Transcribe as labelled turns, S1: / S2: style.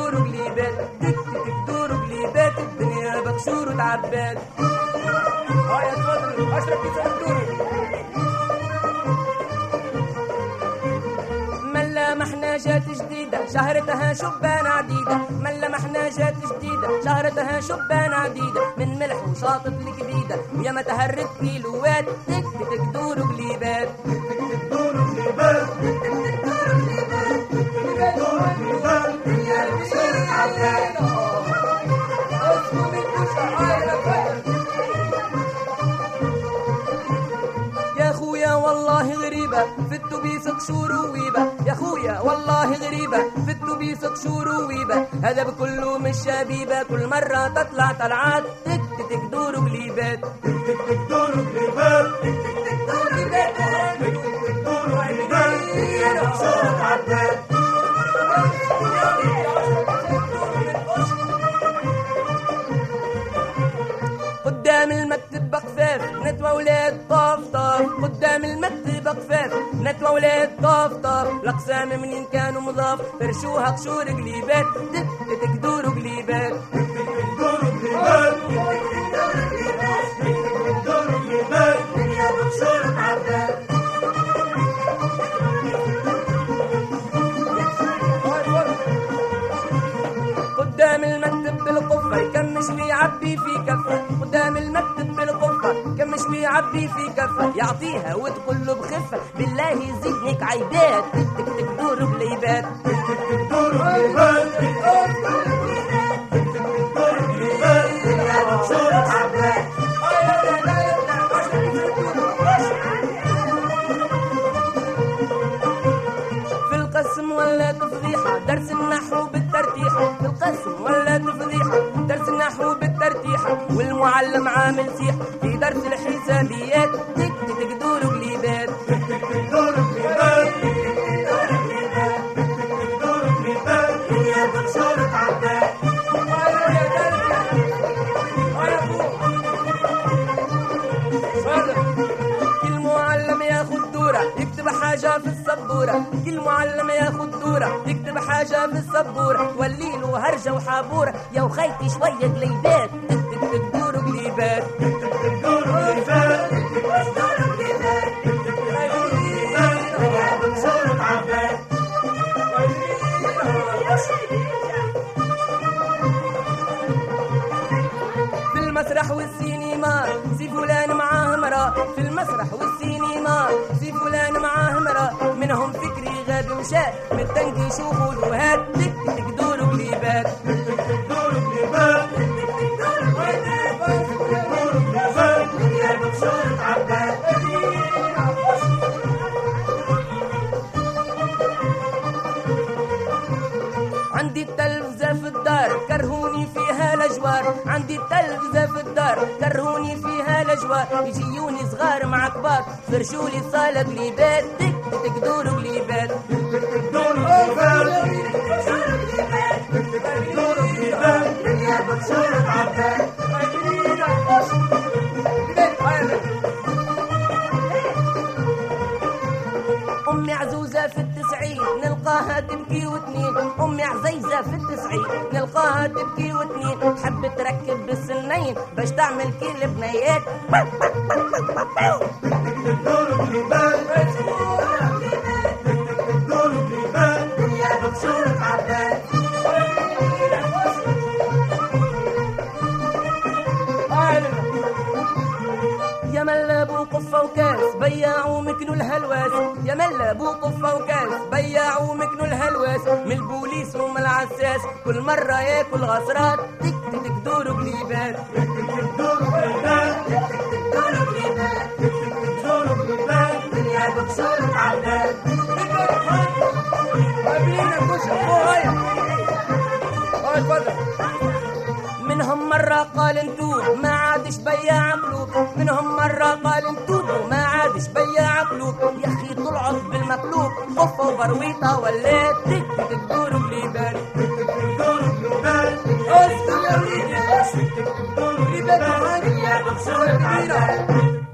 S1: عباد تك تك تدور بليبات الدنيا بكسور وتعباد هاي تفضل اشرب كيف تدور ملا محنا جات جديدة شهرتها شبان عديدة ملا محنا جات جديدة شهرتها شبان عديدة من ملح وشاطط الجديدة ويا ما تهرت كيلوات تك تك دور وقليبات يا خويا والله غريبة في التوبيس قشور وويبة يا خويا والله غريبة في التوبيس قشور وويبة هذا بكله مش شبيبة كل مرة تطلع طلعات تك تك دور وقليبات قدام المكتب بقفاف نتوى ولاد طاف طاف قدام المكتب بقفاف نتوى ولاد طاف طاف الاقسام منين كانوا مضاف فرشوها قشور قليبات تك تك دور قليبات قدام المكتب بالقفة كم شوي يعبي في كفة قدام المكتب بالقفة كم شوي يعبي في كفة يعطيها وتقول له بخفة بالله يزيدنك عيبات تك تك دور بليبات في القسم ولا تفضيحة درس النحو بالترتيحة في القسم ولا تفضيحة درس النحو بالترتيحة والمعلم عامل سيحة في درس الحسابيات تك تك دور قليبات كل معلم ياخد دورة يكتب حاجة في السبورة كل معلم ياخد دورة يكتب حاجة في السبورة تولي له هرجة وحابورة يا وخيتي شوية قليبات تك تك تك دور قليبات في المسرح والسينما سي فلان معاه مرا في المسرح والسينما سي فلان معاه مرا منهم فكري غاب وشاء من الدنك يشوفوا الوهات تك تك دور قليبات عندي التلفزة في الدار كرهوني فيها الأجوار عندي التلفزة في الدار كرهوني فيها الأجوار يجيوني صغار مع كبار فرشولي صالة قليبات تك تك دور قليبات أمي عزوزة في التسعين نلقاها تبكي وتنين أمي عزيزة في التسعين نلقاها تبكي وتنين تحب تركب بالسنين باش تعمل كل بنيات يا ملا بو قفة وكاس بياعوا مكنوا الهلواس يا ملا بو قفة وكاس بياعوا مكنوا الهلواس من البوليس ومن العساس كل مرة ياكل غصرات تك تك دور قليبات منهم مرة قال انتوب ما عادش بيا عقلوب منهم مرة قال انتوب ما عادش بيا عقلوب يا اخي طلعت بالمقلوب قفة وبرويطة ولا تك تك دور بليبان أسكت يا وليدي أسكت دور بليبان